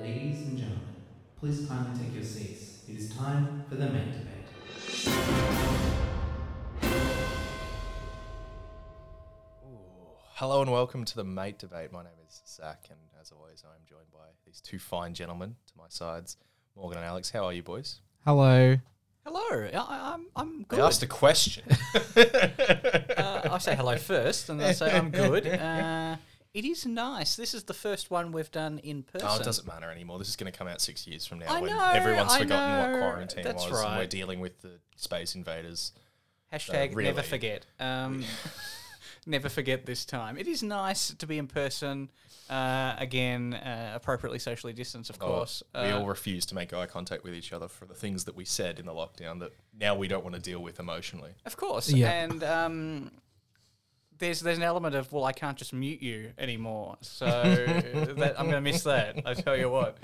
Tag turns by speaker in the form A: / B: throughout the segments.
A: Ladies and gentlemen, please kindly take your seats. It is time for the main debate.
B: Hello and welcome to the Mate Debate. My name is Zach, and as always, I am joined by these two fine gentlemen to my sides, Morgan and Alex. How are you, boys?
C: Hello.
D: Hello, I, I'm I'm good.
B: I asked a question. Oh,
D: uh, I say hello first, and then I say I'm good. Uh, it is nice. This is the first one we've done in person.
B: oh, it doesn't matter anymore. This is going to come out six years from now
D: I
B: when
D: know,
B: everyone's
D: I
B: forgotten what
D: know.
B: quarantine
D: That's
B: was, and we're
D: right.
B: dealing with the space invaders.
D: Hashtag
B: Uh, really.
D: never forget. Um, never forget this time. It is nice to be in person uh, again, uh, appropriately socially distanced, of
B: Oh,
D: course.
B: we
D: Uh,
B: all refuse to make eye contact with each other for the things that we said in the lockdown that now we don't want to deal with emotionally.
D: Of course.
C: Yeah.
D: And um, there's there's an element of well, I can't just mute you anymore, so that, I'm going to miss that. I tell you what.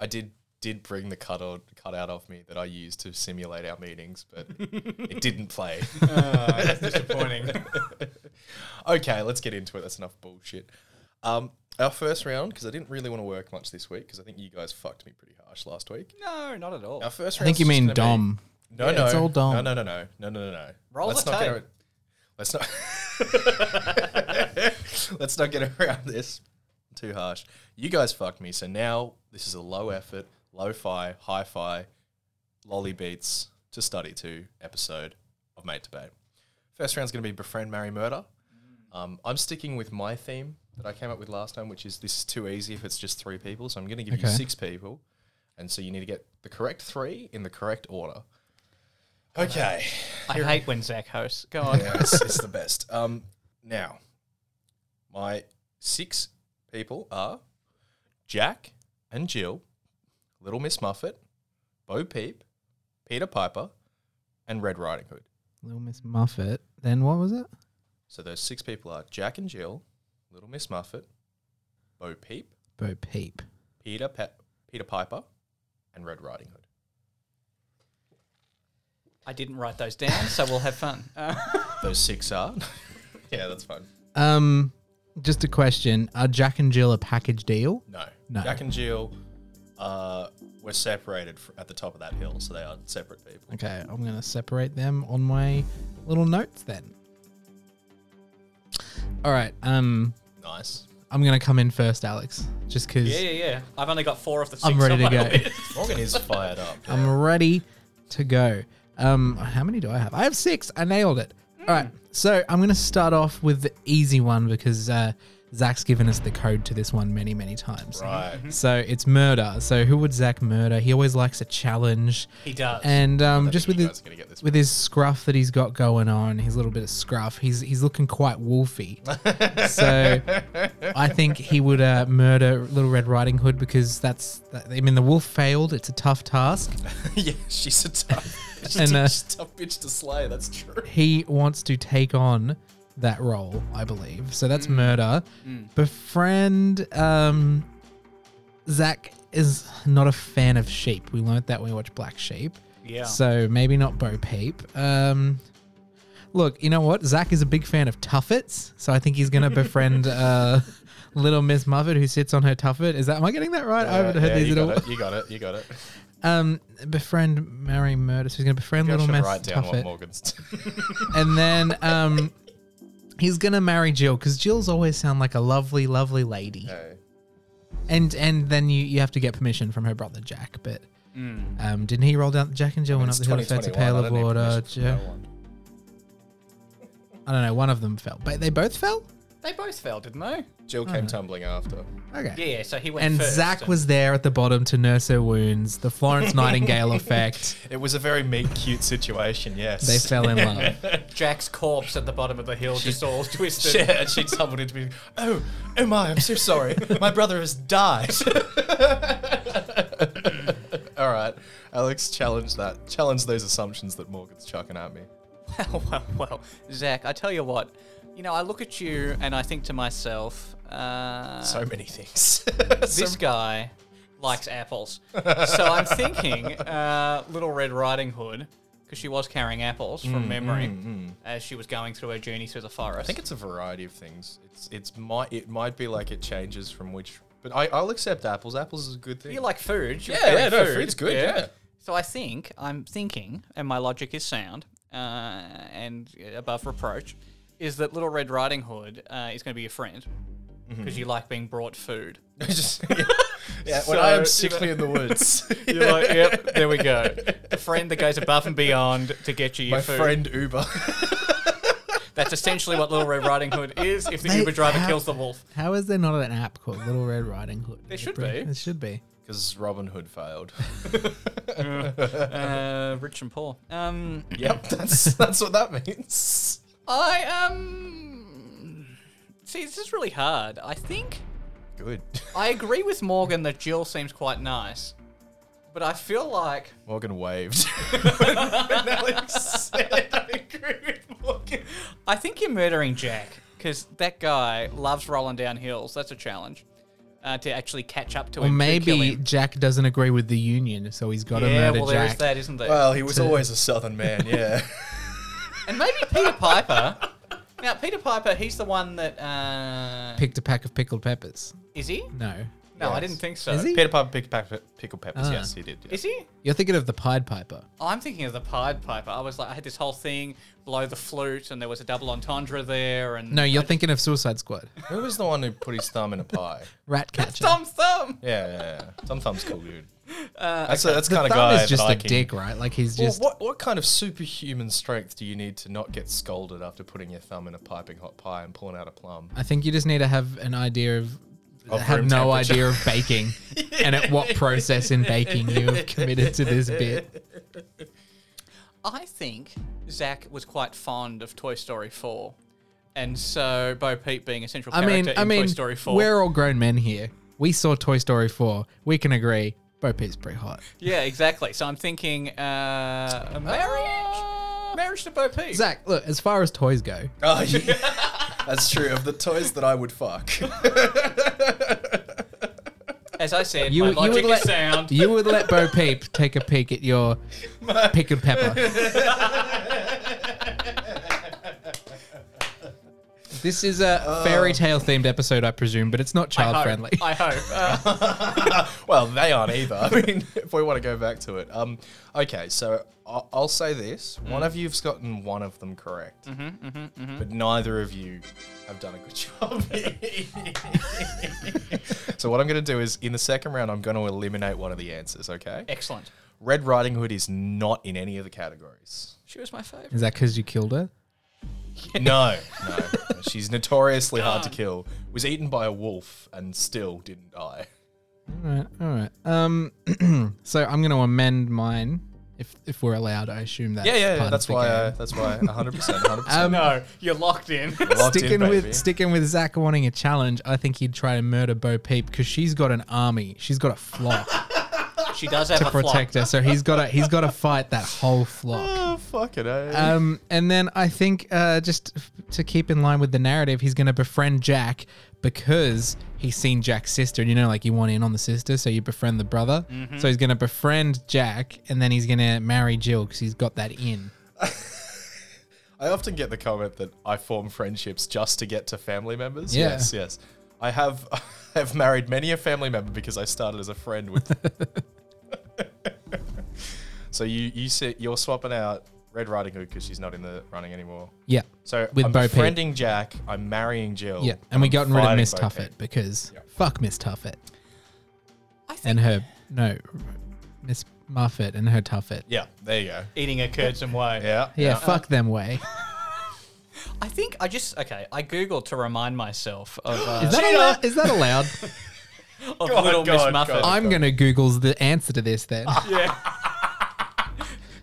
B: I did did bring the cut out, cut out of me that I used to simulate our meetings, but it didn't play.
D: that's disappointing.
B: okay, let's get into it. That's enough bullshit. Um, our first round, because I didn't really want to work much this week, because I think you guys fucked me pretty harsh last week.
D: no, not at all.
B: Our first
C: Oh, I
B: round.
C: think you mean Dom.
B: no,
C: Yeah,
B: no,
C: it's all Dom.
B: No, no, no, no, no, no, no, no.
D: Roll the
B: get
D: tape.
B: ar- Let's not. let's not get around this too harsh. You guys fucked me, so now this is a low effort, lo-fi, hi-fi, lolly beats to study to episode of Mate Debate. First round's going to be befriend, marry, murder. Um, I'm sticking with my theme that I came up with last time, which is this is too easy if it's just three people. So I'm going to give you
C: Okay.
B: six people, and so you need to get the correct three in the correct order. Okay,
D: I hate when Zach hosts. Go on.
B: yeah, it's, it's the best. Um, now, my six people are Jack and Jill, Little Miss Muffet, Bo Peep, Peter Piper, and Red Riding Hood.
C: Little Miss Muffet. Then what was it?
B: So those six people are Jack and Jill, Little Miss Muffet, Bo Peep,
C: Bo Peep.
B: Peter pa- Peter Piper, and Red Riding Hood.
D: I didn't write those down, so we'll have fun. Uh,
B: Those six are. yeah, that's fine.
C: Um, just a question. Are Jack and Jill a package deal?
B: No.
C: No.
B: Jack and Jill uh, were separated fr- at the top of that hill, so they are separate people.
C: Okay, I'm gonna separate them on my little notes then. All right. Um,
B: Nice.
C: I'm gonna come in first, Alex, just because
D: yeah, yeah, yeah. I've only got four of the 6
C: I'm ready
D: on
C: to
D: my
C: go.
D: list.
B: Morgan is fired up.
C: I'm ready to go. Um, how many do I have? I have six. I nailed it. All right. So I'm going to start off with the easy one because uh, Zach's given us the code to this one many, many times.
B: Right.
C: So it's murder. So who would Zach murder? He always likes a challenge.
D: He does.
C: And um, just
B: think
C: with
B: you
C: his,
B: guys are gonna get this
C: with his scruff that he's got going on, his little bit of scruff, he's he's looking quite wolfy. so I think he would uh, murder Little Red Riding Hood because that's that, I mean the wolf failed. It's a tough task.
B: yeah, she's a tough, she's
C: And,
B: a,
C: uh,
B: she's a tough bitch to slay. That's true.
C: he wants to take on that role, I believe. So
B: Hmm.
C: that's murder. Befriend um Zach is not a fan of sheep. We learnt that when we watched Black Sheep.
D: Yeah.
C: So maybe not Bo Peep. Um Look, you know what? Zach is a big fan of tuffets, so I think he's gonna befriend uh, little Miss Muffet who sits on her tuffet. Is that am I getting that right? I haven't heard
B: yeah,
C: these
B: you
C: at all.
B: got it. You got it. You got it.
C: Um, befriend Mary Murder. So he's gonna befriend
B: I
C: little
B: should
C: Miss
B: write down what
C: Tuffet
B: Morgan's.
C: and then um, he's gonna marry Jill because Jill's always sound like a lovely, lovely lady.
B: Okay.
C: And and then you, you have to get permission from her brother Jack. But
D: Hmm.
C: um, didn't he roll down Jack and Jill went up
B: It's
C: the hill, fetched a
B: 2021,
C: pail
B: I
C: of
B: don't need
C: water?
B: permission
C: Jill,
B: from no one.
C: I don't know. One of them fell, but they both fell.
D: they both fell, didn't they?
B: Jill came tumbling after.
C: Okay.
D: Yeah, yeah. So he went
C: And
D: first.
C: Zach was there at the bottom to nurse her wounds. The Florence Nightingale effect.
B: It was a very meek, cute situation. Yes,
C: They fell in love.
D: Jack's corpse at the bottom of the hill, just all twisted.
B: Yeah, and she tumbled into me. Oh, oh my! I'm so sorry. My brother has died. All right, Alex, challenge that. Challenge those assumptions that Morgan's chucking at me.
D: Well, well, well. Zach, I tell you what. You know, I look at you and I think to myself, uh,
B: So many things.
D: this guy likes apples. so I'm thinking uh, Little Red Riding Hood, because she was carrying apples
B: Mm,
D: from memory as she was going through her journey through the forest.
B: I think it's a variety of things. It's it's might it might be like it changes from which But I, I'll accept apples. Apples is a good thing.
D: You like food? you
B: Yeah,
D: preparing
B: yeah, no, food's good, yeah.
D: So I think I'm thinking, and my logic is sound uh, and above reproach, is that Little Red Riding Hood uh, is going to be your friend
B: Mm-hmm.
D: because you like being brought food.
B: Just- yeah. Yeah, when I am
D: So, you know-
B: sickly in the woods,
D: You're like, yep, there we go. The friend that goes above and beyond to get you your
B: my
D: food.
B: friend Uber.
D: That's essentially what Little Red Riding Hood is. If the
C: They
D: Uber driver
C: have-
D: kills the wolf,
C: How is there not an app called Little Red Riding Hood? There
D: should be.
C: There should be.
B: Because Robin Hood failed.
D: uh, rich and poor. Um,
B: yep, that's that's what that means.
D: I um, see, this is really hard. I think.
B: Good.
D: I agree with Morgan that Jill seems quite nice, but I feel like
B: Morgan waved.
D: I think you're murdering Jack because that guy loves rolling down hills. That's a challenge uh, to actually catch up to
C: Or
D: him. to kill
C: maybe
D: him.
C: Jack doesn't agree with the union, so he's got to
D: yeah.
C: murder
D: Well, there is
C: Jack.
D: that, isn't there?
B: well, he was always a southern man, yeah.
D: and maybe Peter Piper. Now, Peter Piper, he's the one that uh,
C: Picked a pack of pickled peppers.
D: is he?
C: No,
D: No, I
B: Yes.
D: didn't think so.
C: Is he?
B: Peter Piper picked pack, pickled peppers.
C: Ah.
B: Yes, he did. yeah.
D: Is he?
C: you're thinking of the Pied Piper.
D: Oh, I'm thinking of the Pied Piper. I was like, I had this whole thing, blow the flute, and there was a double entendre there, and
C: No, you're thinking of Suicide Squad.
B: Who was the one who put his thumb in a pie?
C: Ratcatcher.
D: thumb thumb.
B: Yeah, yeah, yeah. Some thumbs cool, dude. that's a, that's
C: Uh, The
B: kind of
C: thumb
B: guy.
C: is just
B: that
C: a
B: I can-
C: dick, right? Like he's
B: Well,
C: just.
B: what what kind of superhuman strength do you need to not get scolded after putting your thumb in a piping hot pie and pulling out a plum?
C: I think you just need to have an idea of.
B: Of
C: have
B: room
C: no
B: temperature.
C: idea of baking and at what process in baking you have committed to this bit.
D: I think Zach was quite fond of Toy Story 4. And so Bo Peep being a central
C: I
D: character
C: mean,
D: in
C: I mean,
D: Toy Story 4.
C: we're all grown men here. We saw Toy Story 4. We can agree. Bo Peep's pretty hot.
D: Yeah, exactly. So I'm thinking uh, a marriage. Marriage to Bo Peep.
C: Ah. Zach, look, as far as toys go,
B: Oh, yeah. that's true. Of the toys that I would fuck,
D: As I said,
C: You-
D: my
C: you
D: logic
C: would
D: is
C: let-
D: sound.
C: you would let Bo Peep take a peek at your pickled pepper. this is a fairy tale themed episode, I presume, but it's not
D: Uh. I
C: child
D: hope.
C: friendly.
D: I hope. Uh,
B: well, they aren't either. I mean, if we want to go back to it, um, okay. So I'll, I'll say this: one of you've gotten one of them correct, but neither of you have done a good job. so what I'm going to do is, in the second round, I'm going to eliminate one of the answers. Okay.
D: excellent.
B: Red Riding Hood is not in any of the categories.
D: She was my favorite.
C: Is that because you killed her?
B: No, no. She's notoriously hard to kill. Was eaten by a wolf and still didn't die.
C: All right, all right. Um, so I'm going to amend mine if if we're allowed. I assume that's
B: Yeah, yeah, yeah.
C: part
B: That's
C: of the
B: why. Uh,
C: game.
B: that's why. 100. percent 100.
C: Um,
B: percent
D: No, you're locked in.
C: Sticking with sticking with Zach wanting a challenge, I think he'd try to murder Bo Peep because she's got an army. She's got a flock
D: she does have
C: to
D: a flock.
C: protect her, so he's got to he's got to fight that whole flock.
B: Oh fuck it. Eh?
C: Um, and then I think uh, just f- to keep in line with the narrative, he's going to befriend Jack because he's seen Jack's sister, and you know, like you want in on the sister, so you befriend the brother.
D: Mm-hmm.
C: So he's going to befriend Jack, and then he's going to marry Jill because he's got that in.
B: I often get the comment that I form friendships just to get to family members.
C: Yeah.
B: Yes, yes. I have. I have married many a family member because I started as a friend with. so you you sit you're swapping out Red Riding Hood because she's not in the running anymore.
C: Yeah,
B: So
C: With
B: I'm
C: Bo Peep.
B: befriending Jack. I'm marrying Jill.
C: yeah, and
B: Oh,
C: we
B: I'm
C: gotten rid of
B: fighting
C: Miss
B: Bo
C: Tuffet
B: Peep.
C: because
B: Yeah.
C: fuck Miss Tuffet
D: I think
C: and her no Miss Muffet and her Tuffet.
B: Yeah, there you go.
D: eating a curd some way.
B: Yeah,
C: Yeah, fuck them way.
D: I think I just okay. I googled to remind myself of, uh,
C: Is that, allo- is that allowed?
D: of
B: God,
D: Little Miss
B: God,
D: Muffet.
B: God.
C: I'm gonna Google's the answer to this then.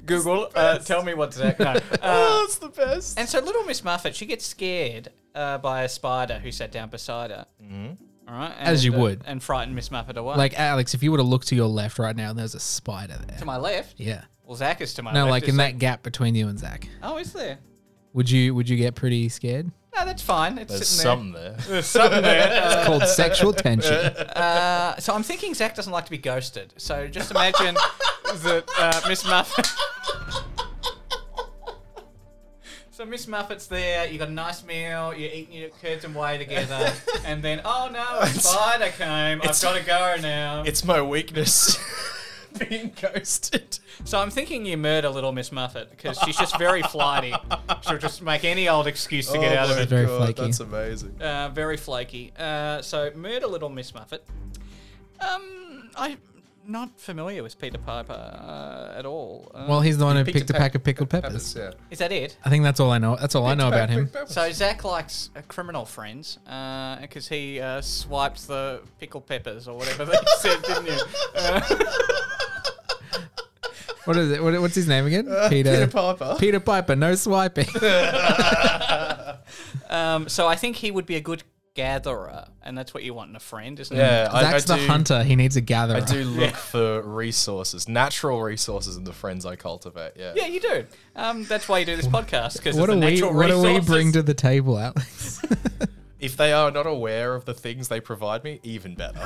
D: Google, uh, tell me what's that. No. Uh,
B: Oh, that's the best.
D: and so little Miss Muffet, she gets scared uh, by a spider who sat down beside her. Mm-hmm. right, and,
C: As you
D: uh,
C: would.
D: and frightened Miss Muffet away.
C: Like Alex, if you were to look to your left right now, there's a spider there.
D: to my left.
C: Yeah.
D: Well, Zach is to my
C: No,
D: left.
C: like
D: is
C: in
D: Zach-
C: that gap between you and Zach,
D: Oh, is there?
C: would you would you get pretty scared?
D: No, that's fine. It's
B: There's
D: sitting
B: something
D: there.
B: there.
D: There's something there.
C: It's called sexual tension.
D: Uh, so I'm thinking Zach doesn't like to be ghosted. So just imagine that uh, Miss Muffet. So Miss Muffet's there. You got a nice meal. You're eating your curds and whey together, and then oh no, it's
B: It's-
D: fine. I came. I've
B: it's-
D: got to go now.
B: It's my weakness. Being ghosted.
D: So I'm thinking you murder little Miss Muffet because she's just very flighty. She'll just make any old excuse to get out of
B: Oh my
D: it.
C: Very
B: God,
C: flaky.
B: That's amazing.
D: Uh, very flaky. Uh, so murder little Miss Muffet. Um, I'm not familiar with Peter Piper uh, at all. Uh,
C: Well, he's the one who
B: picked
C: picked a
B: a
C: pack
B: pack-
C: of pickled
B: Peppers,
C: peppers.
B: yeah.
D: is that it?
C: I think that's all I know. That's all I know about him.
D: So Zach likes uh, criminal friends because he uh, swiped the pickled peppers or whatever they said, didn't he?
C: What is it? What, what's his name again? Peter.
B: Uh, Peter Piper.
C: Peter Piper. No swiping.
D: Um, so I think he would be a good gatherer, and that's what you want in a friend, isn't it?
B: yeah, I, I
C: Zach's the
B: do,
C: hunter. He needs a gatherer.
B: I do look for resources, natural resources, in the friends I cultivate. Yeah.
D: Yeah, you do. Um, that's why you do this podcast because
C: What
D: it's
C: do
D: the
C: we?
D: natural
C: What do we
D: resources.
C: bring to the table, Alex?
B: If they are not aware of the things they provide me, even better.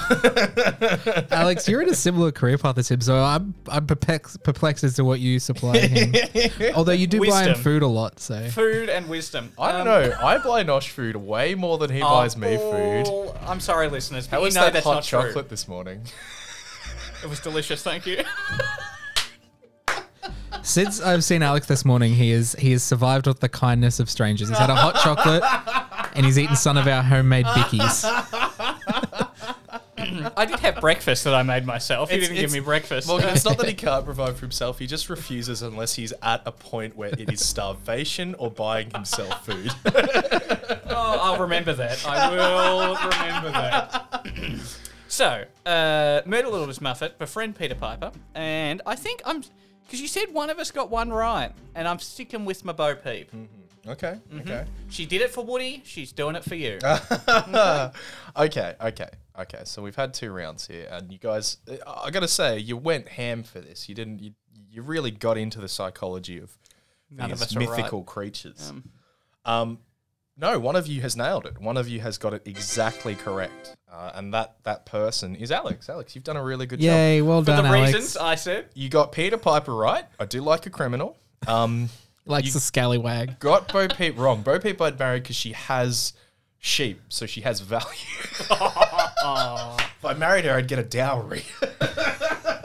C: Alex, you're in a similar career path as him, so I'm I'm perplexed, perplexed as to what you supply him. Although you do buy him
D: Wisdom.
C: food a lot, so
D: food and wisdom? Um,
B: I don't know. I buy Nosh food way more than he buys me food.
D: oh, I'm sorry, listeners, but
B: How
D: Oh. you
B: was
D: know
B: that
D: that's
B: hot
D: not
B: chocolate
D: true.
B: this morning?
D: It was delicious, thank you.
C: since I've seen Alex this morning, he is he has survived off the kindness of strangers. He's had a hot chocolate, and he's eaten some of our homemade bickies.
D: I did have breakfast that I made myself. You
B: It's-
D: didn't give
B: it's-
D: me breakfast.
B: Morgan, it's not that he can't provide for himself. He just refuses unless he's at a point where it is starvation or buying himself food.
D: Oh, I'll remember that. I will remember that. so, uh, murder Little Miss Muffet, befriend Peter Piper, and I think I'm because you said one of us got one right, and I'm sticking with my Bo Peep.
B: okay. Okay.
D: She did it for Woody. She's doing it for you.
B: okay, okay, okay. So we've had two rounds here, and you guys, I I gotta say, you went ham for this. You didn't. You, you really got into the psychology of
D: None of
B: these
D: us are right.
B: mythical creatures. Um, no, one of you has nailed it. One of you has got it exactly correct, uh, and that that person is Alex. Alex, you've done a really good job
C: Yay! Well
D: for
C: done,
D: the
C: Alex.
D: reasons uh, I said.
B: you got Peter Piper right. I do like a criminal. Um,
C: Likes a scallywag.
B: got Bo Peep wrong. Bo Peep I'd marry because she has sheep, so she has value. if I married her, I'd get a dowry.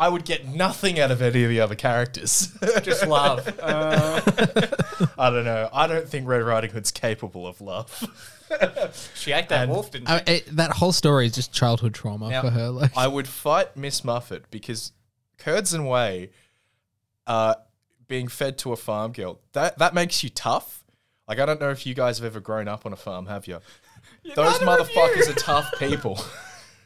B: I would get nothing out of any of the other characters.
D: Just love. Uh,
B: I don't know. I don't think Red Riding Hood's capable of love.
D: she ate that wolf, didn't she?
C: I, it, that whole story is just childhood trauma
B: Now,
C: for her. Like,
B: I would fight Miss Muffet because curds and whey, uh, being fed to a farm girl, that that makes you tough. Like I don't know if you guys have ever grown up on a farm, have you? Those
D: neither of you.
B: motherfuckers are tough people.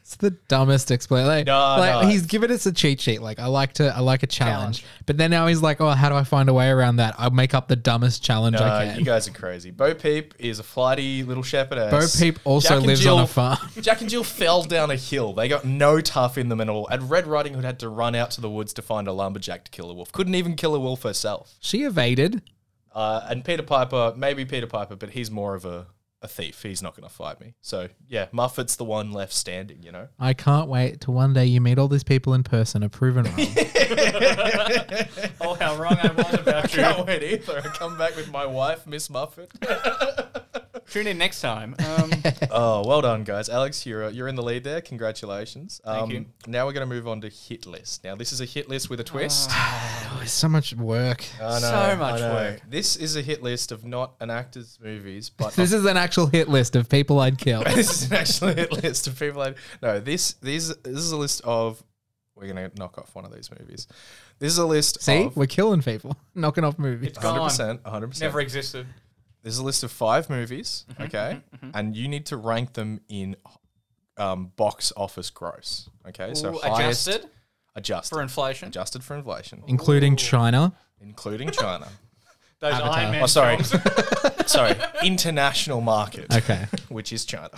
C: It's the dumbest explain. Like,
B: No,
C: like
B: no.
C: he's given us a cheat sheet. Like, I like to, I like a challenge. But then now he's like, oh, how do I find a way around that? I'll make up the dumbest challenge I
B: Uh,
C: can.
B: you guys are crazy. Bo Peep is a flighty little shepherdess.
C: Bo Peep also
B: Jack and
C: lives on a
B: Jill-
C: farm.
B: Jack and Jill fell down a hill. They got no tough in them at all. And Red Riding Hood had to run out to the woods to find a lumberjack to kill a wolf. Couldn't even kill a wolf herself.
C: she evaded.
B: Uh, and Peter Piper, maybe Peter Piper, but he's more of a, a thief. He's not going to fight me. So, yeah, Muffet's the one left standing, you know?
C: I can't wait till one day you meet all these people in person are proven wrong.
D: Oh, how wrong I was about you.
B: Can't wait either. I come back with my wife, Miss Muffet.
D: Tune in next time. Um,
B: oh, well done, guys. Alex, you're, uh, you're in the lead there. Congratulations. Um,
D: you.
B: Now we're going to move on to hit list. Now, this is a hit list with a twist.
C: oh, it's so much work.
B: I know,
D: so
B: I
D: much
B: know.
D: work.
B: This is a hit list of not an actor's movies, but
C: This is an actual hit list of people I'd kill.
B: this is an actual hit list of people. I no. This these this is a list of. We're gonna knock off one of these movies. This is a list.
C: See,
B: of
C: we're killing people, knocking off movies.
D: It's gone.
B: hundred percent, hundred percent.
D: never e- Mm-hmm, existed.
B: There's a list of five movies, okay, and you need to rank them in um, box office gross, okay. so
D: Ooh,
B: highest-
D: adjusted
B: adjusted,
D: for inflation.
B: adjusted for inflation,
C: Including China.
B: including China.
D: Those Iron Man
B: oh, sorry,
D: films.
B: sorry, international market,
C: Okay.
B: which is China.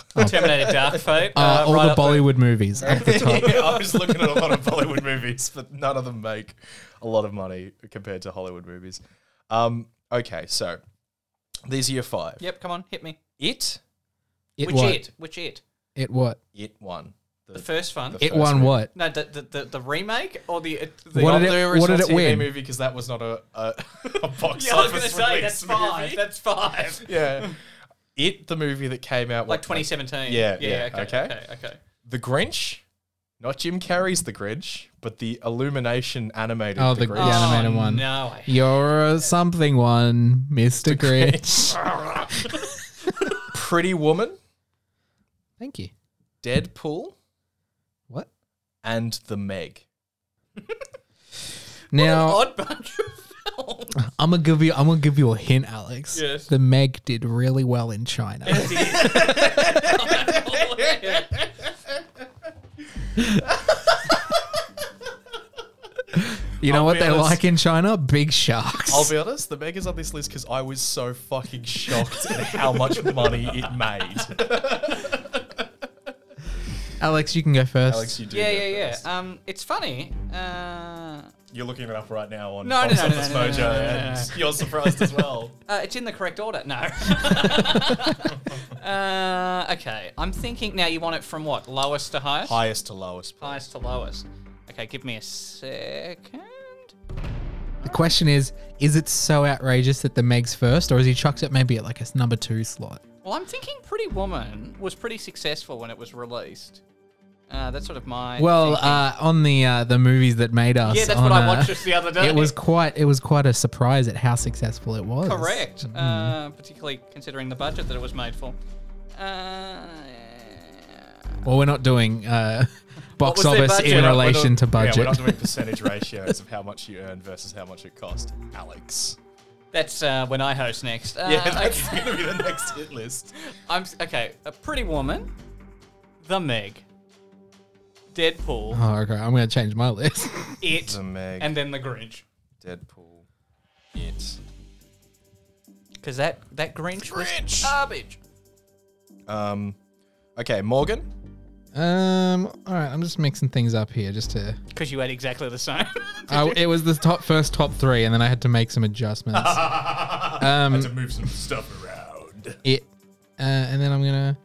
D: Terminator Dark Fate.
C: Oh. Uh, all
D: right
C: the
D: up there.
C: Bollywood movies at the top.
B: Yeah, I was looking at a lot of Bollywood movies, but none of them make a lot of money compared to Hollywood movies. Um, okay, so these are your five.
D: Yep, come on, hit me.
B: It,
C: It
D: which
C: what?
D: it? Which it?
C: It what?
B: it won.
D: The first fun.
B: the
C: It
B: first
C: won
B: movie.
C: what?
D: no, the, the, the, the remake or the. uh, the
C: What
B: Not
C: did it-
B: the
C: what
B: original
C: did it
B: TV
C: win?
B: movie because that was not a, a, a box
D: yeah, I was
B: going to
D: say, that's five. That's five.
B: yeah. It, the movie that came out
D: Like
B: what-
D: 2017.
B: Yeah,
D: yeah,
B: yeah,
D: okay,
B: okay.
D: okay, okay.
B: The Grinch, not Jim Carrey's The Grinch, but the Illumination animated.
C: Oh, the-
B: Grinch.
C: Yeah,
D: oh,
C: animated one.
D: No, I
C: You're a something one, Mr. Grinch.
B: Oh. Pretty Woman,
C: Thank you.
B: Deadpool,
C: What?
B: and The Meg.
C: Now
D: odd bunch of films.
C: I'm gonna give you I'm gonna give you a hint, Alex.
D: Yes.
C: The Meg did really well in China. You know
B: I'll
C: what
B: be
C: they
B: honest.
C: like in China? Big sharks.
B: I'll be honest, The Meg is on this list because I was so fucking shocked at how much money it made.
C: Alex, you can go first.
B: Alex, you do.
D: yeah,
B: go
D: yeah,
B: first.
D: yeah. Um, it's funny. Uh,
B: You're looking it up right now on
D: No, no,
B: Box
D: no, no,
B: Office
D: no, no, no,
B: Mojo,
D: no, no, no,
B: and you're surprised as well.
D: uh, it's in the correct order. No. uh, okay, I'm thinking now. You want it from what? Lowest to highest.
B: Highest to lowest. please.
D: Highest to lowest. Okay, give me a second.
C: The question is, is it so outrageous that the Meg's first, or is he chucked it maybe at like a s- number two slot?
D: Well, I'm thinking Pretty Woman was pretty successful when it was released. Uh, that's sort of my.
C: Well,
D: thinking.
C: uh, on the uh, the movies that made us.
D: yeah, that's what
C: on,
D: I
C: uh,
D: watched just the other day.
C: It was quite it was quite a surprise at how successful it was.
D: Correct, uh,
C: Mm-hmm.
D: particularly considering the budget that it was made for. Uh,
C: Well, we're not doing uh, box
D: was their
C: office
D: budget?
C: in
D: We're not-
B: We're not-
C: relation to budget.
B: Yeah, we're not doing percentage ratios of how much you earn versus how much it cost, Alex.
D: that's uh, when I host next. Uh,
B: Yeah, that's
D: okay.
B: going to be the next hit list.
D: I'm s- okay. A Pretty Woman, The Meg, Deadpool,
C: oh, okay. I'm going to change my list.
D: It,
B: Meg,
D: and then The Grinch.
B: Deadpool, It,
D: Because that that Grinch, was
B: Grinch!
D: garbage.
B: um, okay, Morgan.
C: um, all right. I'm just mixing things up here just to.
D: Because you had exactly the same.
C: Oh, it was the top first top three, and then I had to make some adjustments. um,
B: to move some stuff around.
C: it, uh, and then I'm gonna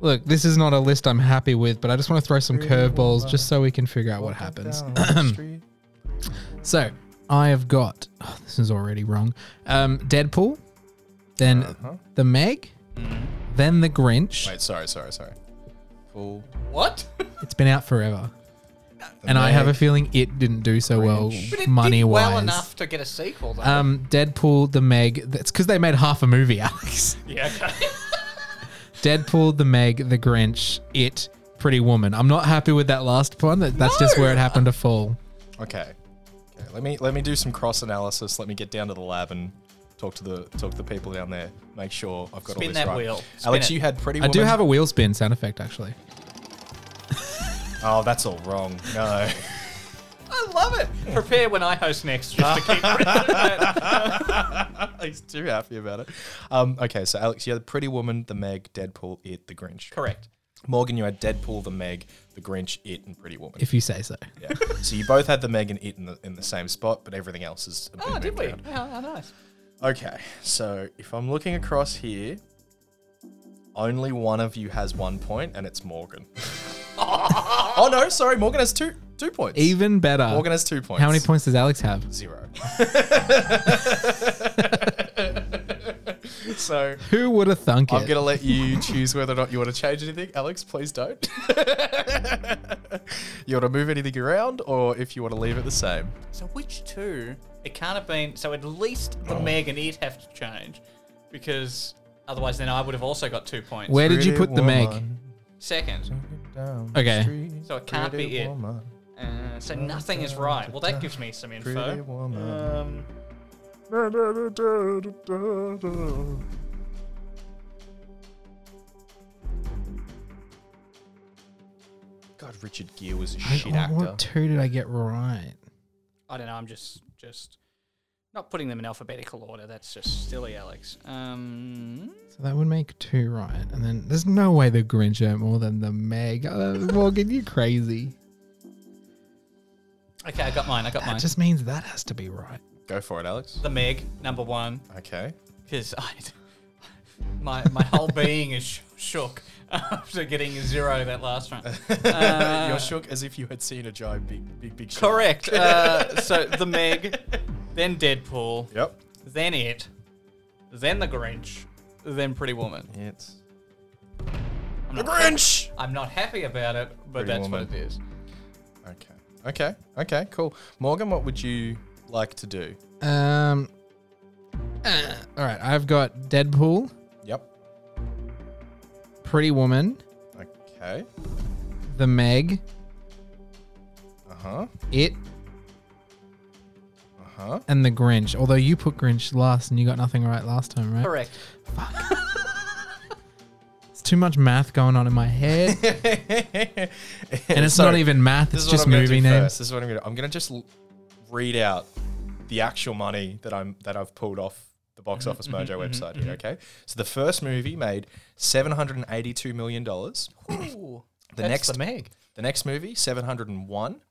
C: look. This is not a list I'm happy with, but I just want to throw some curveballs just so we can figure out what happens. So I have got oh, this is already wrong. Um, Deadpool, then the Meg, then the Grinch.
B: Uh-huh. Mm-hmm. Wait, sorry, sorry, sorry. Pool.
D: what?
C: It's been out forever, and I have a feeling it didn't do so
D: But
C: well
D: it
C: money
D: did
C: wise.
D: well enough to get a sequel, though.
C: Oh, Um, Deadpool, the Meg. That's because they made half a movie, Alex.
D: yeah, okay.
C: Deadpool, the Meg, the Grinch, it, Pretty Woman. I'm not happy with that last one. That, that's just where it happened to fall.
B: Okay. Okay. Let me let me do some cross analysis. Let me get down to the lab and talk to the talk to the people down there. Make sure I've got all
D: Spin
B: this
D: that
B: right.
D: wheel.
B: Alex,
D: Spin it.
B: you had pretty.
C: I do
B: Woman.
C: have a wheel spin sound effect actually.
B: Oh, that's all wrong. No.
D: I love it. Prepare when I host next, just to keep
B: He's too happy about it. Um, okay, so Alex, you had Pretty Woman, The Meg, Deadpool, It, The Grinch.
D: Correct.
B: Morgan, you had Deadpool, The Meg, The Grinch, It, and Pretty Woman.
C: If you say so.
B: yeah. So you both had The Meg and It in the, in the same spot, but everything else is a bit
D: Oh, did
B: moved around.
D: we? How, how nice.
B: Okay, so if I'm looking across here, only one of you has one point, and it's Morgan. oh, no, sorry, Morgan has two two points.
C: Even better.
B: Morgan has two points.
C: How many points does Alex have?
B: Zero. so
C: Who would have thunk
B: I'm
C: it?
B: going to let you choose whether or not you want to change anything. Alex, please don't. you want to move anything around or if you want to leave it the same.
D: So which two? It can't have been. So at least
C: Oh.
D: the Meg and it have to change, because otherwise then I would have also got two points.
C: Where did you put the Meg?
D: Second.
C: Okay.
D: So it can't be it. Uh, so nothing is right. Well, that gives me some info. Um,
B: God, Richard Gere was a
C: I-
B: shit
C: what,
B: actor.
C: what two did I get right?
D: I don't know. I'm just just not putting them in alphabetical order. That's just silly, Alex. Um,
C: So that would make two right. And then there's no way the Grinch earned more than the Meg. Uh, Morgan, you crazy.
D: okay, I got mine. I got
C: That
D: mine.
C: just means that has to be right.
B: Go for it, Alex.
D: The Meg number one.
B: Okay.
D: because I, my my whole being is sh- shook after getting a zero that last round.
C: Uh,
B: You're shook as if you had seen a giant big, big, big. shark.
D: Correct. Uh, so the Meg, then Deadpool,
B: Yep.
D: then it, then the Grinch, then Pretty Woman.
B: It's
D: I'm
B: the
D: not,
B: Grinch.
D: I'm not happy about it, but
B: Pretty
D: that's
B: Woman.
D: what it is.
B: Okay. Okay. Okay. Cool. Morgan, what would you like to do?
C: Um. uh, all right, I've got Deadpool,
B: Yep.
C: Pretty Woman,
B: Okay.
C: The Meg,
B: Uh huh.
C: It,
B: Uh huh.
C: and The Grinch. Although you put Grinch last, and you got nothing right last time, right?
D: Correct.
C: It's too much math going on in my head,
B: and
C: and it's not even math. It's just
B: I'm gonna
C: movie
B: do
C: names.
B: First. This is what I'm gonna. I'm gonna just l- read out the actual money that I'm that I've pulled off the Box Office
C: Mm-hmm,
B: Mojo website here. Okay, so the first movie made seven hundred and eighty-two million dollars.
D: Ooh,
B: The
D: that's
B: next,
D: the Meg.
B: the next movie seven hundred and one.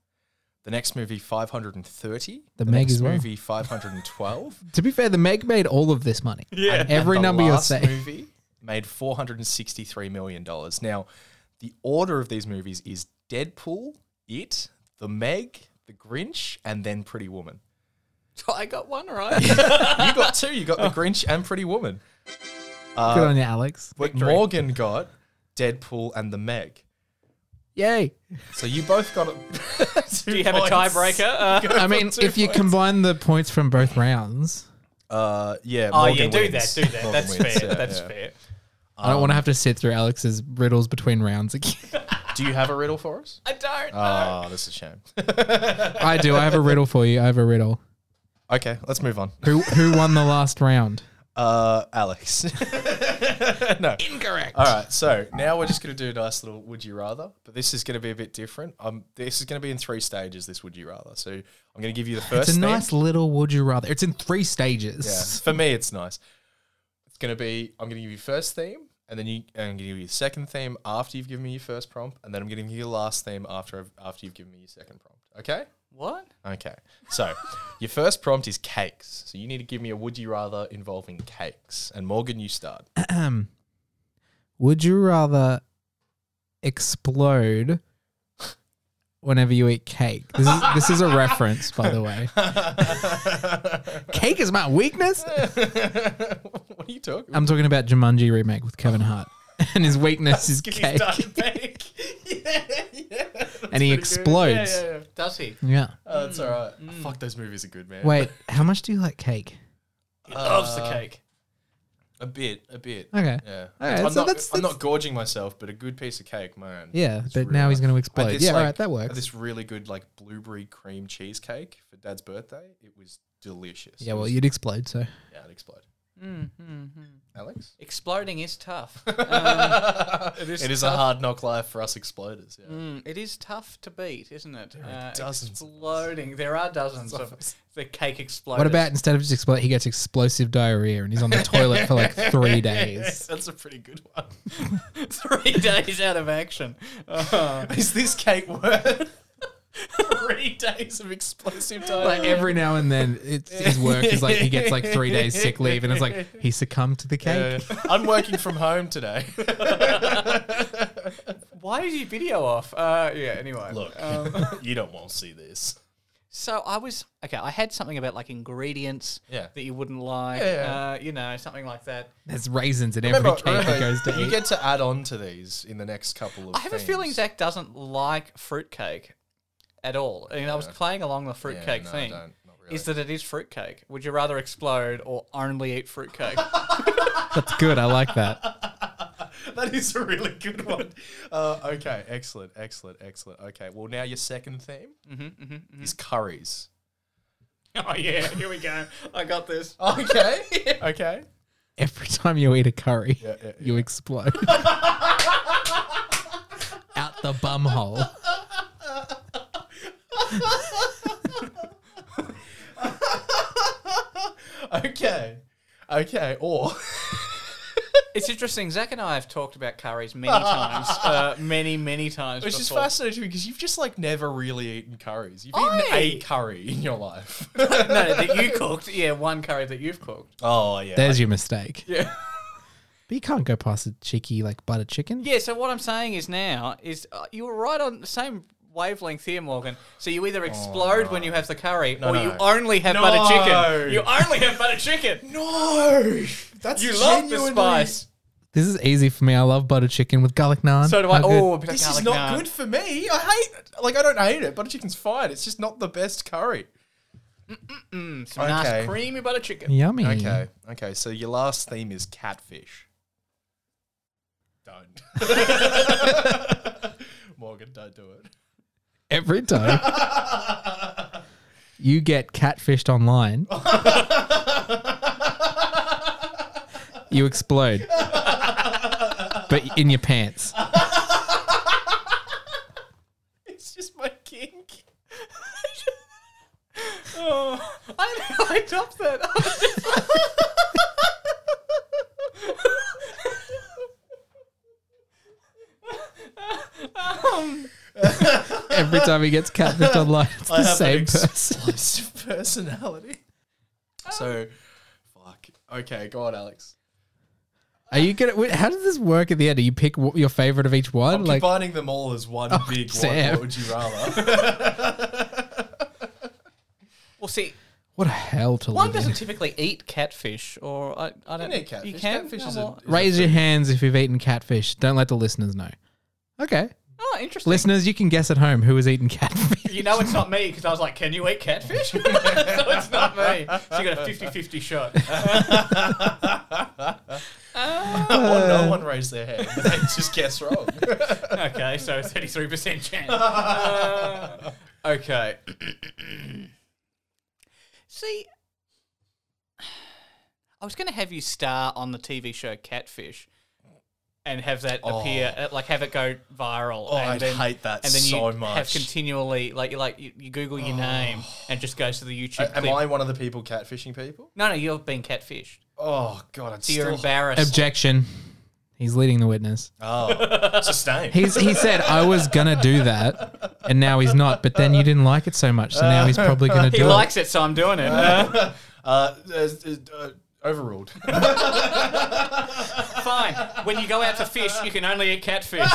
B: The next movie five hundred and thirty.
C: The Meg
B: next
C: as well.
B: movie five hundred and twelve.
C: To be fair, The Meg made all of this money. Yeah. Every
B: the
C: number you're
B: last
C: saying.
B: movie made four hundred and sixty-three million dollars. Now, the order of these movies is Deadpool, It, The Meg, The Grinch, and then Pretty Woman.
D: So I got one right.
B: You got two. You got The Grinch and Pretty Woman.
C: Good
B: Uh,
C: on you, Alex.
B: But Morgan got Deadpool and The Meg.
C: Yay.
B: So you both got it.
D: Do you have a tiebreaker? Uh,
C: I mean, if you combine the points from both rounds,
B: Uh, yeah.
D: oh
B: Morgan
D: yeah, do that,
B: wins.
D: do that.
B: Morgan
D: That's
B: wins,
D: fair.
B: yeah,
D: that's
B: yeah.
D: fair.
C: I don't want
B: Um,
C: to have to sit through Alex's riddles between rounds again.
B: Do you have a riddle for us?
D: I don't know.
B: Oh, that's a shame.
C: I do. I have a riddle for you. I have a riddle.
B: okay, let's move on.
C: Who who won the last round?
B: Uh, Alex. no. Incorrect. All right. So now we're just going to do a nice little would you rather, but this is going to be a bit different. Um, this is going to be in three stages. This would you rather. So I'm going to give you the first.
C: It's a
B: thing.
C: nice little would you rather. It's in three
B: Yeah,
C: stages.
B: for me, it's nice. It's gonna be. I'm gonna give you first theme, and then you. And I'm gonna give you second theme after you've given me your first prompt, and then I'm gonna give you your last theme after I've, after you've given me your second prompt. Okay.
D: What?
B: Okay. So your first prompt is cakes. So you need to give me a would you rather involving cakes. And Morgan, you start.
C: Ahem. would you rather explode whenever you eat cake? This is this is a reference, by the way. cake is my weakness.
B: what are you talking?
C: I'm talking about Jumanji remake with Kevin Hart. And his weakness is cake.
B: yeah, yeah.
C: And he
B: That's pretty good.
C: explodes.
B: Yeah, yeah, yeah.
D: Does he?
C: Yeah.
B: Oh, that's
D: Hmm.
B: all right. Fuck, those movies are good, man.
C: Wait, how much do you like cake?
D: He loves the
B: Uh,
D: cake.
B: A bit, a bit.
C: Okay.
B: Yeah.
C: Alright,
B: I'm,
C: so
B: not,
C: that's-
B: I'm not
C: that's-
B: gorging myself, but a good piece of cake, man.
C: Yeah,
B: It's
C: but
B: really
C: now he's
B: nice. I
C: going to
B: had
C: explode.
B: this,
C: Yeah,
B: like-
C: all right, that
B: I had
C: works.
B: This really good, like, blueberry cream cheesecake for dad's birthday. It was delicious. It
C: yeah, well,
B: was-
C: you'd explode, so.
B: Yeah, it'd explode.
D: Mm-hmm.
B: Alex?
D: Exploding is tough. Um,
B: it
D: is
B: is, a
D: tough.
B: hard knock life for us exploders. Yeah.
D: Mm, it is tough to beat, isn't it? Uh,
B: are dozens of us.
D: Exploding. There are dozens of the cake exploders.
C: What about instead of just explode, he gets explosive diarrhea and he's on the toilet for like three
D: Mm.
C: days?
B: That's a pretty good one.
D: three days out of action? Uh,
B: is this cake worth three days of explosive diarrhea?
C: Like every now and then, it's, his work is like he gets like three days sick leave, and it's like he succumbed to the
B: Yeah.
C: cake.
B: I'm working from home today.
D: why did you video off? Uh, yeah. Anyway,
B: Look,
D: Um,
B: you don't want to see this.
D: so I was okay. I had something about like ingredients
B: Yeah.
D: that you wouldn't like.
B: Yeah, yeah.
D: Uh, you know, something like that.
C: There's raisins in every cake he goes to
B: you
C: eat.
B: get to add on to these in the next couple of.
D: I have a feeling Zach doesn't like fruitcake at all. I mean, I was playing along the fruitcake thing. Is that it is fruitcake? Would you rather explode or only eat fruitcake?
C: That's good. I like that.
B: that is a really good one. Uh, okay, excellent, excellent, excellent. Okay, well now your second theme
D: Mm-hmm,
B: is curries.
D: oh yeah, here we go. I got this.
B: Okay, okay.
C: Every time you eat a curry,
B: Yeah, yeah,
C: you explode out the bum hole.
B: Okay, okay. Or
D: It's interesting. Zach and I have talked about curries many times, uh, many many times.
B: which is
D: before.
B: fascinating because you've just like never really eaten curries. You've
D: I-
B: eaten a curry in your life.
D: no, that you cooked. Yeah, one curry that you've cooked.
B: oh yeah.
C: There's your mistake.
D: Yeah.
C: But you can't go past a cheeky like butter chicken.
D: Yeah, so what I'm saying is now is uh, you were right on the same wavelength here, Morgan. So you either explode when you have the curry, or
B: Oh, no.
D: you only have
B: No.
D: butter chicken. You only have butter chicken.
B: No, that's
D: You love the
B: genuinely-
D: spice.
C: This is easy for me. I love butter chicken with garlic naan.
D: So do I.
C: How good.
D: Oh, a bit of
B: This
D: garlic
B: is not
D: naan.
B: good for me. I hate it. Like, I don't hate it. Butter chicken's fine. It's just not the best curry.
D: Mm, some nice
B: Okay.
D: creamy butter chicken.
C: yummy.
B: Okay. Okay. So your last theme is catfish. Don't. Morgan, don't do it.
C: Every time you get catfished online, you explode. but in your pants.
B: It's just my kink.
D: Oh, I don't know how I dropped that. I was just like- um,
C: Every time he gets catfished online, it's
B: I
C: the
B: have an
C: same person.
B: explosive personality. So, fuck. Okay, go on, Alex.
C: Are you gonna? Wait, how does this work at the end? Do you pick wh- your favorite of each one?
B: I'm
C: like, Oh,
B: combining them all as one big one.
C: Sam.
B: What would you rather?
D: well, see,
C: what a hell to
D: one
C: live
D: doesn't
C: in.
D: typically eat catfish, or I, I don't.
B: can eat catfish.
D: You can.
B: Catfish
D: oh,
B: is a-
D: well.
C: Raise your hands if you've eaten catfish. Don't let the listeners know. Okay,
D: Oh, interesting.
C: listeners, you can guess at home who has eaten catfish.
D: You know it's not me because I was like, can you eat catfish? so it's not me. So you got a 50 50 shot.
B: Well, no one raised their hand. They just guess wrong.
D: Okay, so 33% chance. Uh, okay. See, I was going to have you star on the TV show Catfish and have that appear, uh, like have it go viral.
B: Oh,
D: and
B: I'd hate that
D: And then
B: so
D: you have
B: much. Oh.
D: continually, like, you like you, you Google your name and it just goes to the YouTube
B: Am
D: clip.
B: I one of the people catfishing people?
D: No, no, you've been catfished.
B: Oh god, I'd
D: So you're
B: still
D: embarrassed.
C: Objection. He's leading the witness.
B: oh sustained.
C: He's he said I was gonna do that, and now he's not. But then you didn't like it so much, so now he's probably gonna
D: he
C: do it.
D: likes it, so I'm doing it. Uh,
B: Uh, uh, uh, overruled.
D: fine. When you go out to fish, you can only eat catfish.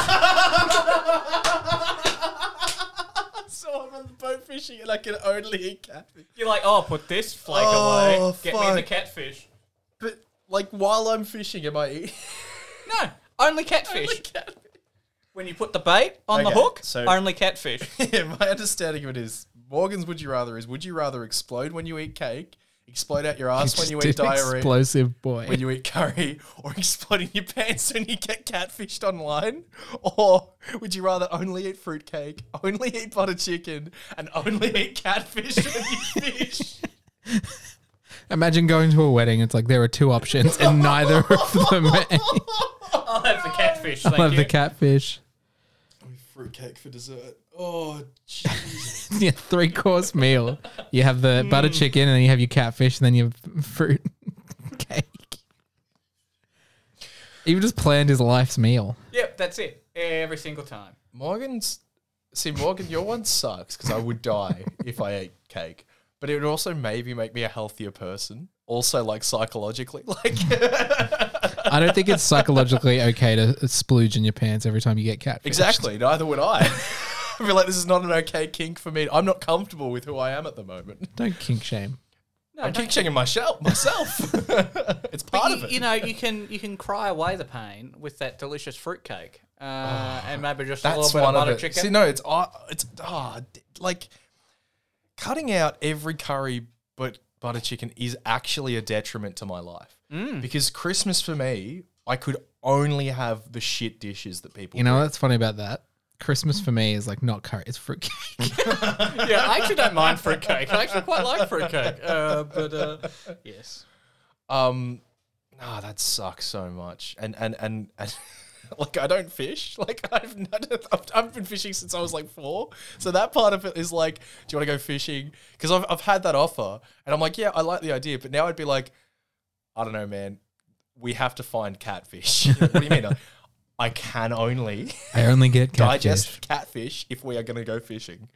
B: so I'm on the boat fishing and I can only eat catfish.
D: You're like, oh, put this flake
B: Oh,
D: away. Get me the
B: fuck.
D: catfish.
B: But like while I'm fishing, am I eating
D: No, only catfish.
B: catfish?
D: when you put the bait on the
B: Okay,
D: hook,
B: so-
D: only catfish.
B: Yeah, my understanding of it is Morgan's would you rather is would you rather explode when you eat cake, explode out your ass when you eat
C: Just an
B: diarrhea,
C: Explosive boy.
B: when you eat curry, or explode in your pants when you get catfished online? Or would you rather only eat fruitcake, only eat butter chicken, and only eat catfish when you fish?
C: Imagine going to a wedding. It's like there are two options, and neither of them.
D: I'll have the catfish. Thank
C: Love
D: you.
C: the catfish.
B: fruitcake for dessert. Oh, jeez.
C: yeah, three course meal. You have the
B: Mm.
C: butter chicken, and then you have your catfish, and then your f- fruit cake. You've just planned his life's meal.
D: yep, that's it. Every single time.
B: Morgan's. See, Morgan, your one sucks because I would die if I ate cake. But it would also maybe make me a healthier person. Also, like psychologically, like
C: I don't think it's psychologically okay to splooge in your pants every time you get catfish.
B: exactly. Neither would I. I feel like this is not an okay kink for me. I'm not comfortable with who I am at the moment.
C: Don't kink shame.
D: No,
B: I'm
D: don't-
B: kink shaming myself. Myself. it's
D: but
B: part
D: you,
B: of it.
D: you know, you can you can cry away the pain with that delicious fruitcake, uh, and maybe just a
B: Ah,
D: little
B: That's
D: bit of
B: one of
D: butter
B: it.
D: chicken.
B: See, no, it's uh, it's ah d like cutting out every curry but butter chicken is actually a detriment to my life
D: Mm.
B: because Christmas for me, I could only have the shit dishes that people.
C: You know what's funny about that? Christmas for me is like not curry, it's fruitcake.
D: yeah, I actually don't mind fruitcake. I actually quite like fruitcake. Uh, but uh, yes.
B: um, ah, that sucks so much, and and and and. Like I don't fish. Like I've not, I've, I've been fishing since I was like four. So that part of it is like, do you want to go fishing? Because I've I've had that offer, and I'm like, yeah, I like the idea. But now I'd be like, I don't know, man. We have to find catfish. what do you mean? I can only
C: I only get catfish.
B: digest catfish if we are going to go fishing.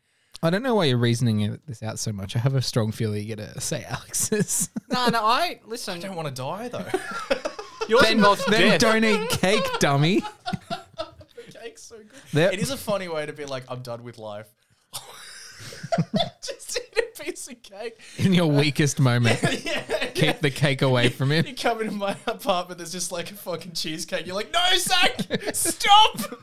C: I don't know why you're reasoning this out so much. I have a strong feeling you're gonna say Alex's.
D: No, no, I listen.
B: I don't want to die though.
D: Yours
C: then,
D: involves
C: then
D: death.
C: don't eat cake, dummy.
B: Cake's so good.
C: That-
B: It is a funny way to be like, I'm done with life. Just eat a piece of cake.
C: In your weakest moment,
B: Yeah.
C: keep the cake away from you.
B: You come into my apartment, there's just like a fucking cheesecake. You're like, no, Zach, stop.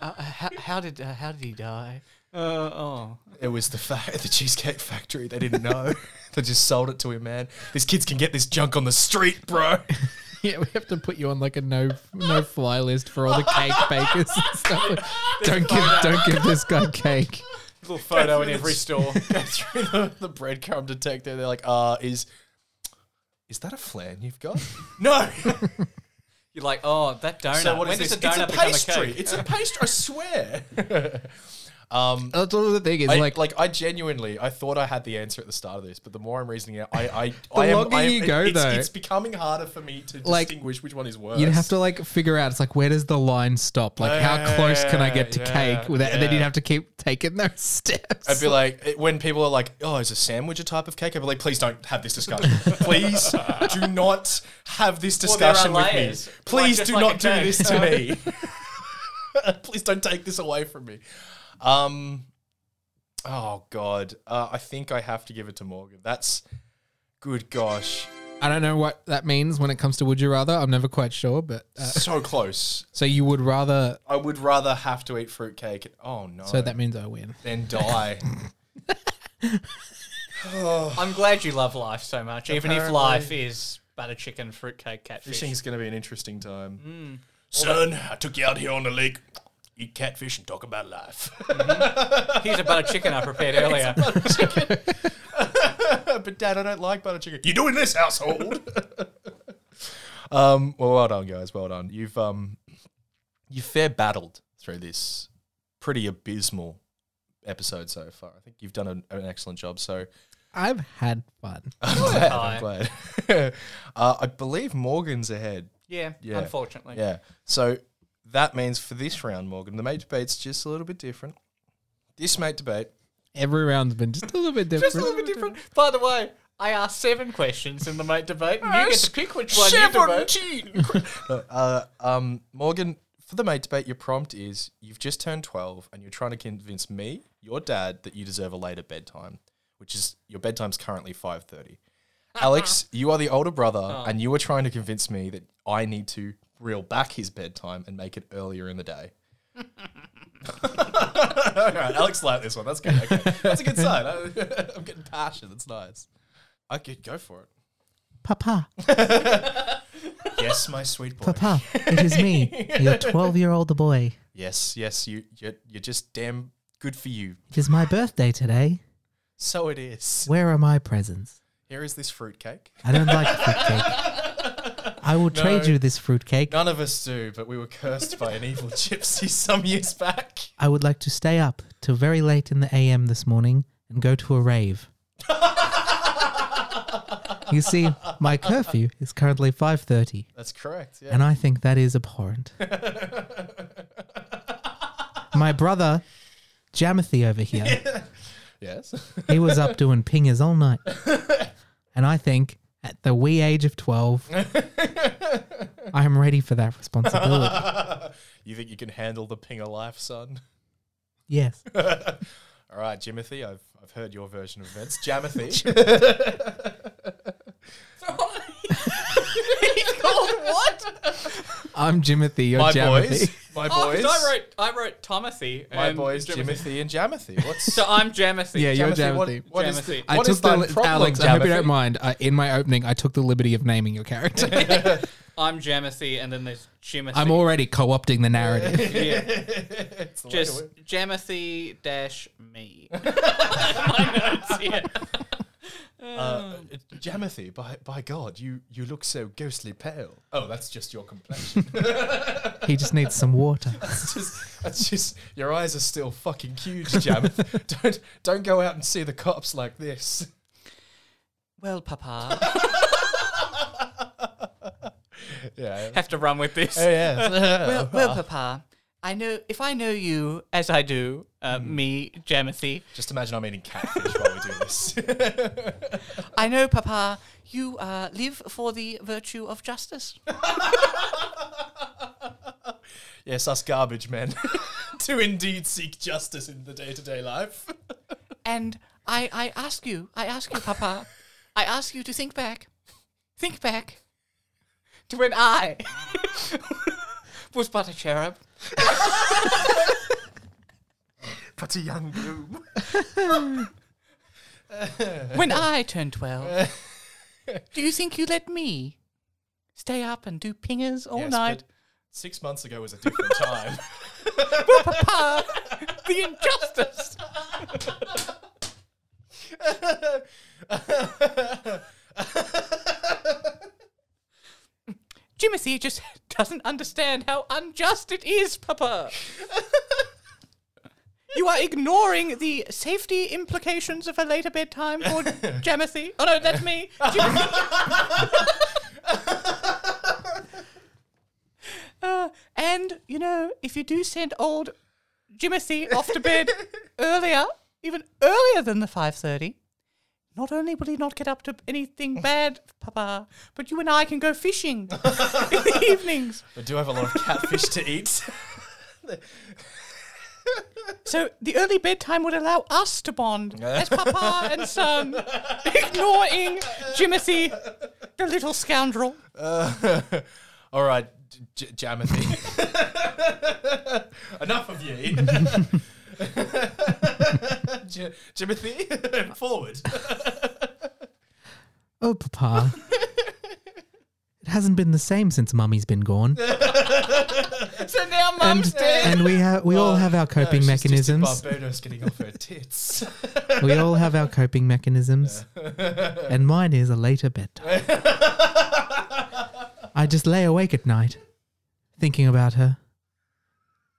D: Uh, uh, how, how did uh, how did he die? Uh, oh,
B: It was the fa- the cheesecake factory. They didn't know. they just sold it to him, man. These kids can get this junk on the street, bro.
C: Yeah, we have to put you on like a no no fly list for all the cake bakers and stuff. Don't give don't give this guy cake.
D: little photo in
B: through
D: every
B: the-
D: store.
B: Go through the, the breadcrumb detector. They're like, uh, is is that a flan you've got? no.
D: You're like, oh, that donut.
B: so what
D: when
B: is this?
D: does a
B: it's
D: donut
B: a
D: become
B: pastry.
D: cake?
B: It's a pastry. I swear. um,
C: That's all the thing is
B: I,
C: like,
B: like, I genuinely, I thought I had the answer at the start of this, but the more I'm reasoning out, I, I,
C: The
B: I am,
C: longer
B: I am-
C: you go,
B: it's,
C: though-
B: it's becoming harder for me to
C: Like,
B: distinguish which one is worse.
C: you'd have to like figure out it's like where does the line stop? Like how close can I get to
B: Yeah,
C: cake without and then you'd
B: yeah.
C: have to keep taking those steps.
B: I'd be like, it- when people are like, "Oh, is a sandwich a type of cake?" I'd be like, "Please don't have this discussion. Please do not have this
D: Well, there are
B: discussion with me.
D: layers. Like,
B: Please
D: just
B: do
D: like a
B: not do
D: cake."
B: this to me. Please don't take this away from me." Um, oh God, uh, I think I have to give it to Morgan. That's good. Gosh,
C: I don't know what that means when it comes to would you rather. I'm never quite sure, but uh,
B: so close.
C: so you would rather
B: I would rather have to eat fruitcake. Oh no,
C: so that means I win.
B: then die.
D: I'm glad you love life so much, even if
B: Apparently-
D: life is butter chicken, fruitcake, catfish.
B: Fishing's going to be an interesting time. Son, I took you out here on the lake, eat catfish, and talk about life.
D: Here's a butter chicken I prepared earlier.
B: but Dad, I don't like butter chicken. You do in this household. um, well, well done, guys. Well done. You've um, you fair battled through this pretty abysmal episode so far. I think you've done an, an excellent job. So
C: I've had fun.
B: I'm glad.
D: Hi.
B: I'm glad. uh, I believe Morgan's ahead.
D: Yeah,
B: Yeah.
D: unfortunately.
B: Yeah. So that means for this round, Morgan, the mate debate's just a little bit different. This mate debate.
C: Every round's been just a little bit different.
D: Just a little bit different. By the way, I asked seven questions in the mate debate, and you get to pick which one you debate.
B: uh, um, Morgan, for the mate debate, your prompt is you've just turned 12 and you're trying to convince me, your dad, that you deserve a later bedtime, which is your bedtime's currently 5.30. Alex, you are the older brother and you are trying to convince me that I need to reel back his bedtime and make it earlier in the day. All right, Alex liked this one. That's good. Okay. That's a good sign. I- I'm getting passion. That's nice. I could go for it.
C: Papa,
B: Yes, my sweet boy.
C: Papa, it is me, your 12 year old boy.
B: Yes, yes, you you're, you're just damn good for you.
C: It is my birthday today.
B: So it is.
C: Where are my presents?
B: Here is this fruitcake.
C: I don't like fruitcake. I will trade you this fruitcake.
B: None of us do, but we were cursed by an evil gypsy some years back.
C: I would like to stay up till very late in the AM this morning and go to a rave. you see, my curfew is currently 5:30,
B: That's correct. Yeah.
C: and I think that is abhorrent. my brother, Jamathy over here,
B: Yes.
C: he was up doing pingers all night. And I think at the wee age of 12, I am ready for that responsibility.
B: you think you can handle the ping of life, son?
C: Yes.
B: All right, Jimothy, I've I've heard your version of events. Jamothy.
D: He's called what?
C: I'm Jimothy, you're
B: my
C: Jamathy.
B: boys. My
D: Oh,
B: boys.
D: 'cause I wrote, I wrote Timothy.
B: my
D: and
B: boys,
D: Jimothy.
B: Jimothy and Jamothy. What's
D: So I'm Jamothy.
C: Yeah, you're
B: Jamothy, what- what
C: Jamothy.
B: is
D: Jamothy.
B: the- what is thine
C: li-
B: problem,
C: Alex. I hope you
B: Jamothy?
C: don't mind. I, in my opening, I took the liberty of naming your character.
D: I'm Jamothy, and then there's Jimothy.
C: I'm already co-opting the narrative.
D: Yeah,
B: It's the way
D: just
B: to-
D: Jamothy dash me. My notes, yeah.
B: Uh,
E: Mm.
B: Jamothy, by by God, you you look so ghostly pale. Oh, that's just your complexion.
C: he just needs some water.
B: That's just, that's just your eyes are still fucking huge, Jameth. don't don't go out and see the cops like this.
D: Well, Papa,
B: Yeah.
D: have to run with this.
B: yeah. Uh-huh.
D: Well, well, Papa,
E: I know if I know you as I do, uh, me, Jamathy,
B: Just imagine I'm eating catfish while we do this.
E: I know, Papa, you uh, live for the virtue of justice.
B: yes, us garbage men to indeed seek justice in the day to day life.
E: And I, I ask you, I ask you, Papa, I ask you to think back. Think back to when I was but a cherub.
B: But a young bloom.
E: When I turned 12. Do you think you let me stay up and do pingers all
B: Yes,
E: night?
B: but Six months ago was a different time.
E: Papa, the injustice. Jimothy just doesn't understand how unjust it is, Papa. you are ignoring the safety implications of a later bedtime for Jimothy. Oh no, that's me. Jimothy. Uh, and you know, if you do send old Jimothy off to bed earlier, even earlier than the five thirty, not only will he not get up to anything bad, Papa, but you and I can go fishing in the evenings.
B: I do have a lot of catfish to eat.
E: So the early bedtime would allow us to bond as Papa and son, ignoring Jimothy, the little scoundrel.
B: All right, J- J- Jamathy. Enough of you. J- Jimothy, forward.
C: Oh, Papa. it hasn't been the same since Mummy's been gone.
E: So now Mum's
C: And,
E: dead.
C: and we have we all
B: Well,
C: have
B: no,
C: our coping
B: she's just in
C: mechanisms.
B: Barbados getting off her tits.
C: we all have our coping mechanisms. and mine is a later bedtime. I just lay awake at night thinking about her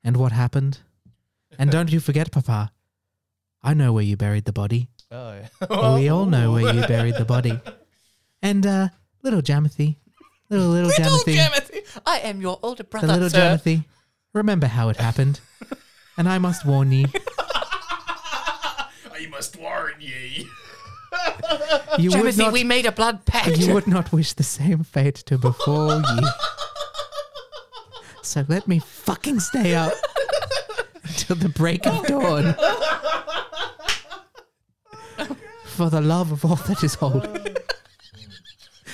C: and what happened. And don't you forget, Papa. I know where you buried the body.
B: Oh, yeah.
C: we all know where you buried the body. And uh little Jamathy. Little little,
E: Little
C: Jamathy.
E: Jimothy, I am your
C: the
E: older brother,
C: little
E: sir.
C: Jamathy. Remember how it happened. and I must warn ye,
B: I Oh, must warn ye.
C: you would
E: Jimothy,
C: not
E: we made a blood pact.
C: you would not wish the same fate to befall ye. So let me fucking stay up till the break of dawn. For the love of all that is holy.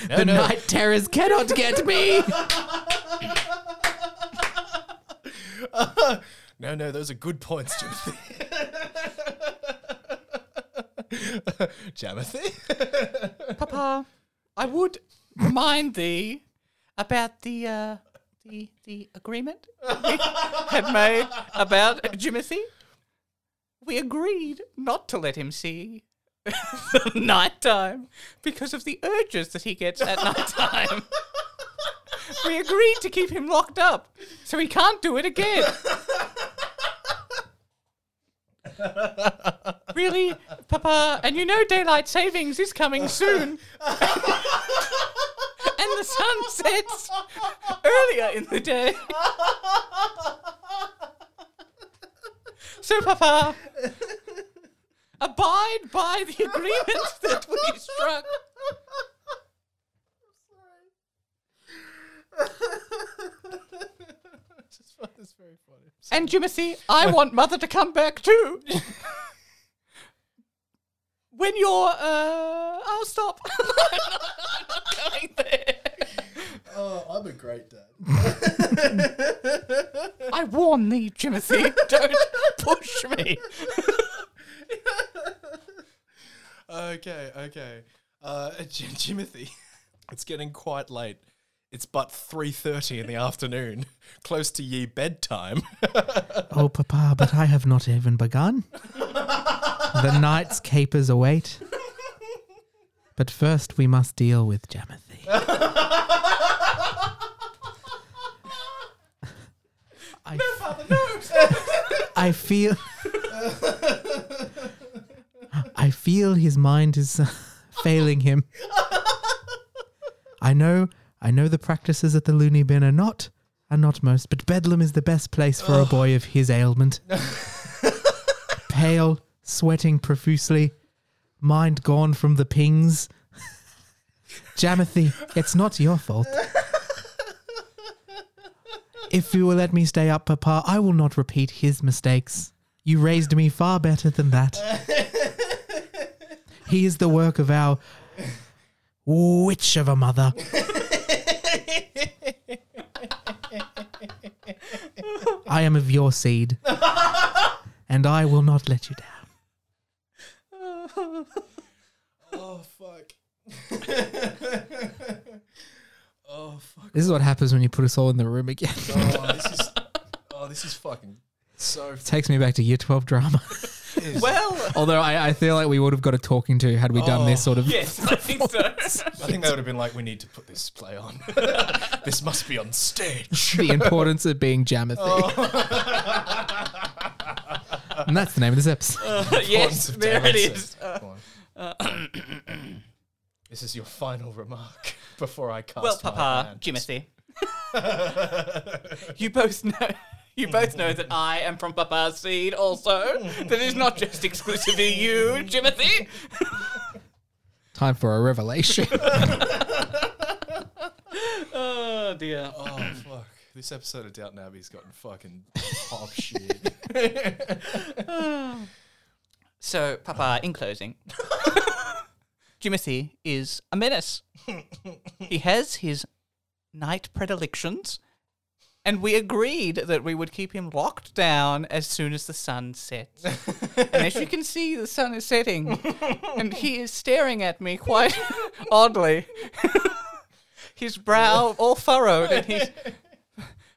B: No,
C: the
B: no.
C: night terrors cannot get me.
B: No, no, those are good points, Jimothy. Jamathy?
E: Papa, I would remind thee about the uh, the the agreement we had made about Jimothy. We agreed not to let him see night time because of the urges that he gets at night time. we agreed to keep him locked up so he can't do it again. really, Papa, and you know daylight savings is coming soon. and the sun sets earlier in the day. So, Papa, abide by the agreement that we struck.
B: That's very funny.
E: And Jimothy, I want Mother to come back too. when you're, uh, I'll stop. I'm not going there.
B: Oh, I'm a great dad.
E: I warn thee, Jimothy, don't push me.
B: Okay, okay. Uh, J- Jimothy, it's getting quite late. It's but 3.30 in the afternoon, close to ye bedtime.
C: Oh, Papa, but I have not even begun. The night's capers await. But first, we must deal with Jamathy. I, I feel. I feel his mind is uh, failing him. I know, I know the practices at the loony bin are not are not most, but Bedlam is the best place for a boy of his ailment. Pale, sweating profusely, mind gone from the pings. Jamothy, it's not your fault. If you will let me stay up, Papa, I will not repeat his mistakes. You raised me far better than that. he is the work of our witch of a mother. I am of your seed, and I will not let you down.
B: Oh fuck. oh fuck.
C: This is what happens when you put us all in the room again. It
B: Oh, this is. Oh, this is fucking so.
C: takes me back to year 12 drama.
D: Well,
C: Although I, I feel like we would have got a talking to had we done this sort of.
D: yes, I think so.
B: I think they would have been like, we need to put this play on. this must be on stage.
C: The importance of being Jamothy. and that's the name of this episode.
D: Uh, yes, there it is.
B: this is your final remark before I cast.
D: Well,
B: my
D: Papa,
B: hand.
D: Jimothy, you both know. You both know that I am from Papa's seed, also. That is not just exclusively you, Jimothy.
C: Time for a revelation.
D: Oh dear.
B: Oh fuck! This episode of Downton Abbey's gotten fucking pop shit.
D: So, Papa, in closing, Jimothy is a menace. he has his night predilections, and we agreed that we would keep him locked down as soon as the sun sets. and as you can see, the sun is setting, and he is staring at me quite oddly. his brow all furrowed, and he's.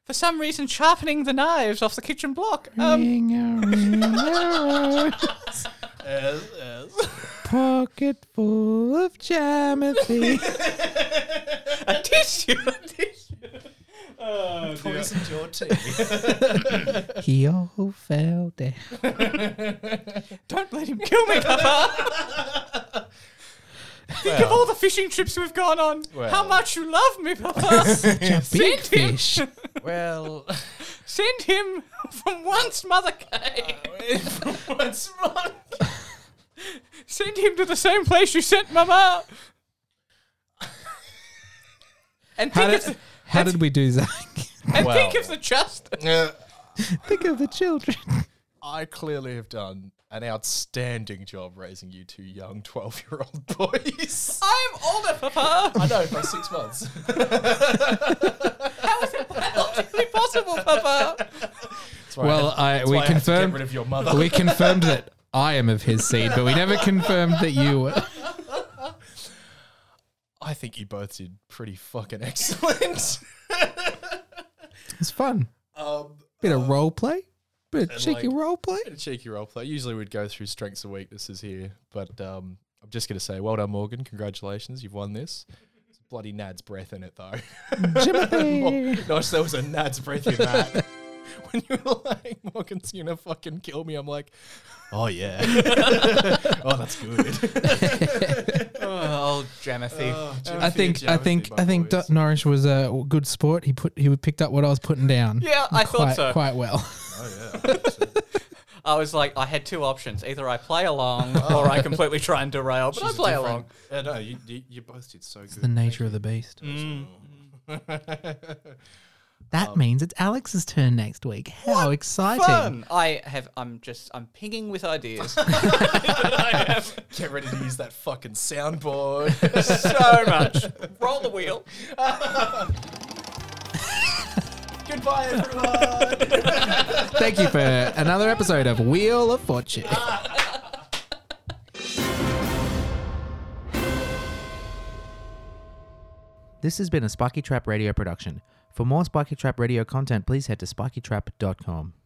D: For some reason, sharpening the knives off the kitchen block. Um,
C: Ring-a-ring-a-rose, Pocket full of Jamothy.
D: a tissue, a tissue.
B: Oh, Poisoned your tea.
C: He all fell down.
D: Don't let him kill me, Papa. Think of all the fishing trips we've gone on. How
B: Well.
D: much you love me, Papa.
C: Big
D: Send him.
C: fish.
B: well,
D: Send him from once Mother Kay.
B: once more.
D: Send him to the same place you sent Mama. And
C: How
D: think, of
C: did,
D: the,
C: how did we do, Zach?
D: and
B: Well.
D: think of the just.
C: Think of the children.
B: I clearly have done an outstanding job raising you two young twelve-year-old boys.
D: I'm older, Papa.
B: I know by six months.
D: How is it biologically possible, Papa?
B: That's why
C: Well,
B: I had-
C: I-
B: that's
C: we
B: why I had to
C: confirm-
B: get rid of your mother.
C: We confirmed that I am of his seed, but we never confirmed that you were.
B: I think you both did pretty fucking excellent.
C: It's fun.
B: um,
C: Bit of role play. Bit of
B: And
C: cheeky
B: like-
C: role play.
B: a cheeky role play. Usually we'd go through strengths and weaknesses here, but um, I'm just going to say, well done, Morgan. Congratulations, you've won this. It's bloody Nad's breath in it, though.
C: Jimothy.
B: Gosh, there was a Nad's breath in that. when you were like, Morgan's going to fucking kill me, I'm like, oh, yeah. oh, that's good.
D: Oh, Jamothy.
C: I think I think I think Dot Norris was a good sport. He put he picked up what I was putting down.
D: Yeah, I thought
C: quite,
D: so.
C: Quite well.
B: Oh,
D: I was like, I had two options. Either I play along or I completely try and derail, but I play along.
B: Yeah, no, you, you, you both did so
C: the
B: good.
C: nature of the beast.
B: Mm,
D: Mm.
C: That
B: um,
C: means it's Alex's turn next week. How exciting!
D: Fun. I have. I'm just. I'm pinging with ideas.
B: Get ready to use that fucking soundboard.
D: so much. Roll the wheel.
B: Goodbye, everyone.
C: Thank you for another episode of Wheel of Fortune. this has been a Spiky Trap Radio production. For more Spiky Trap Radio content, please head to spikytrap.com.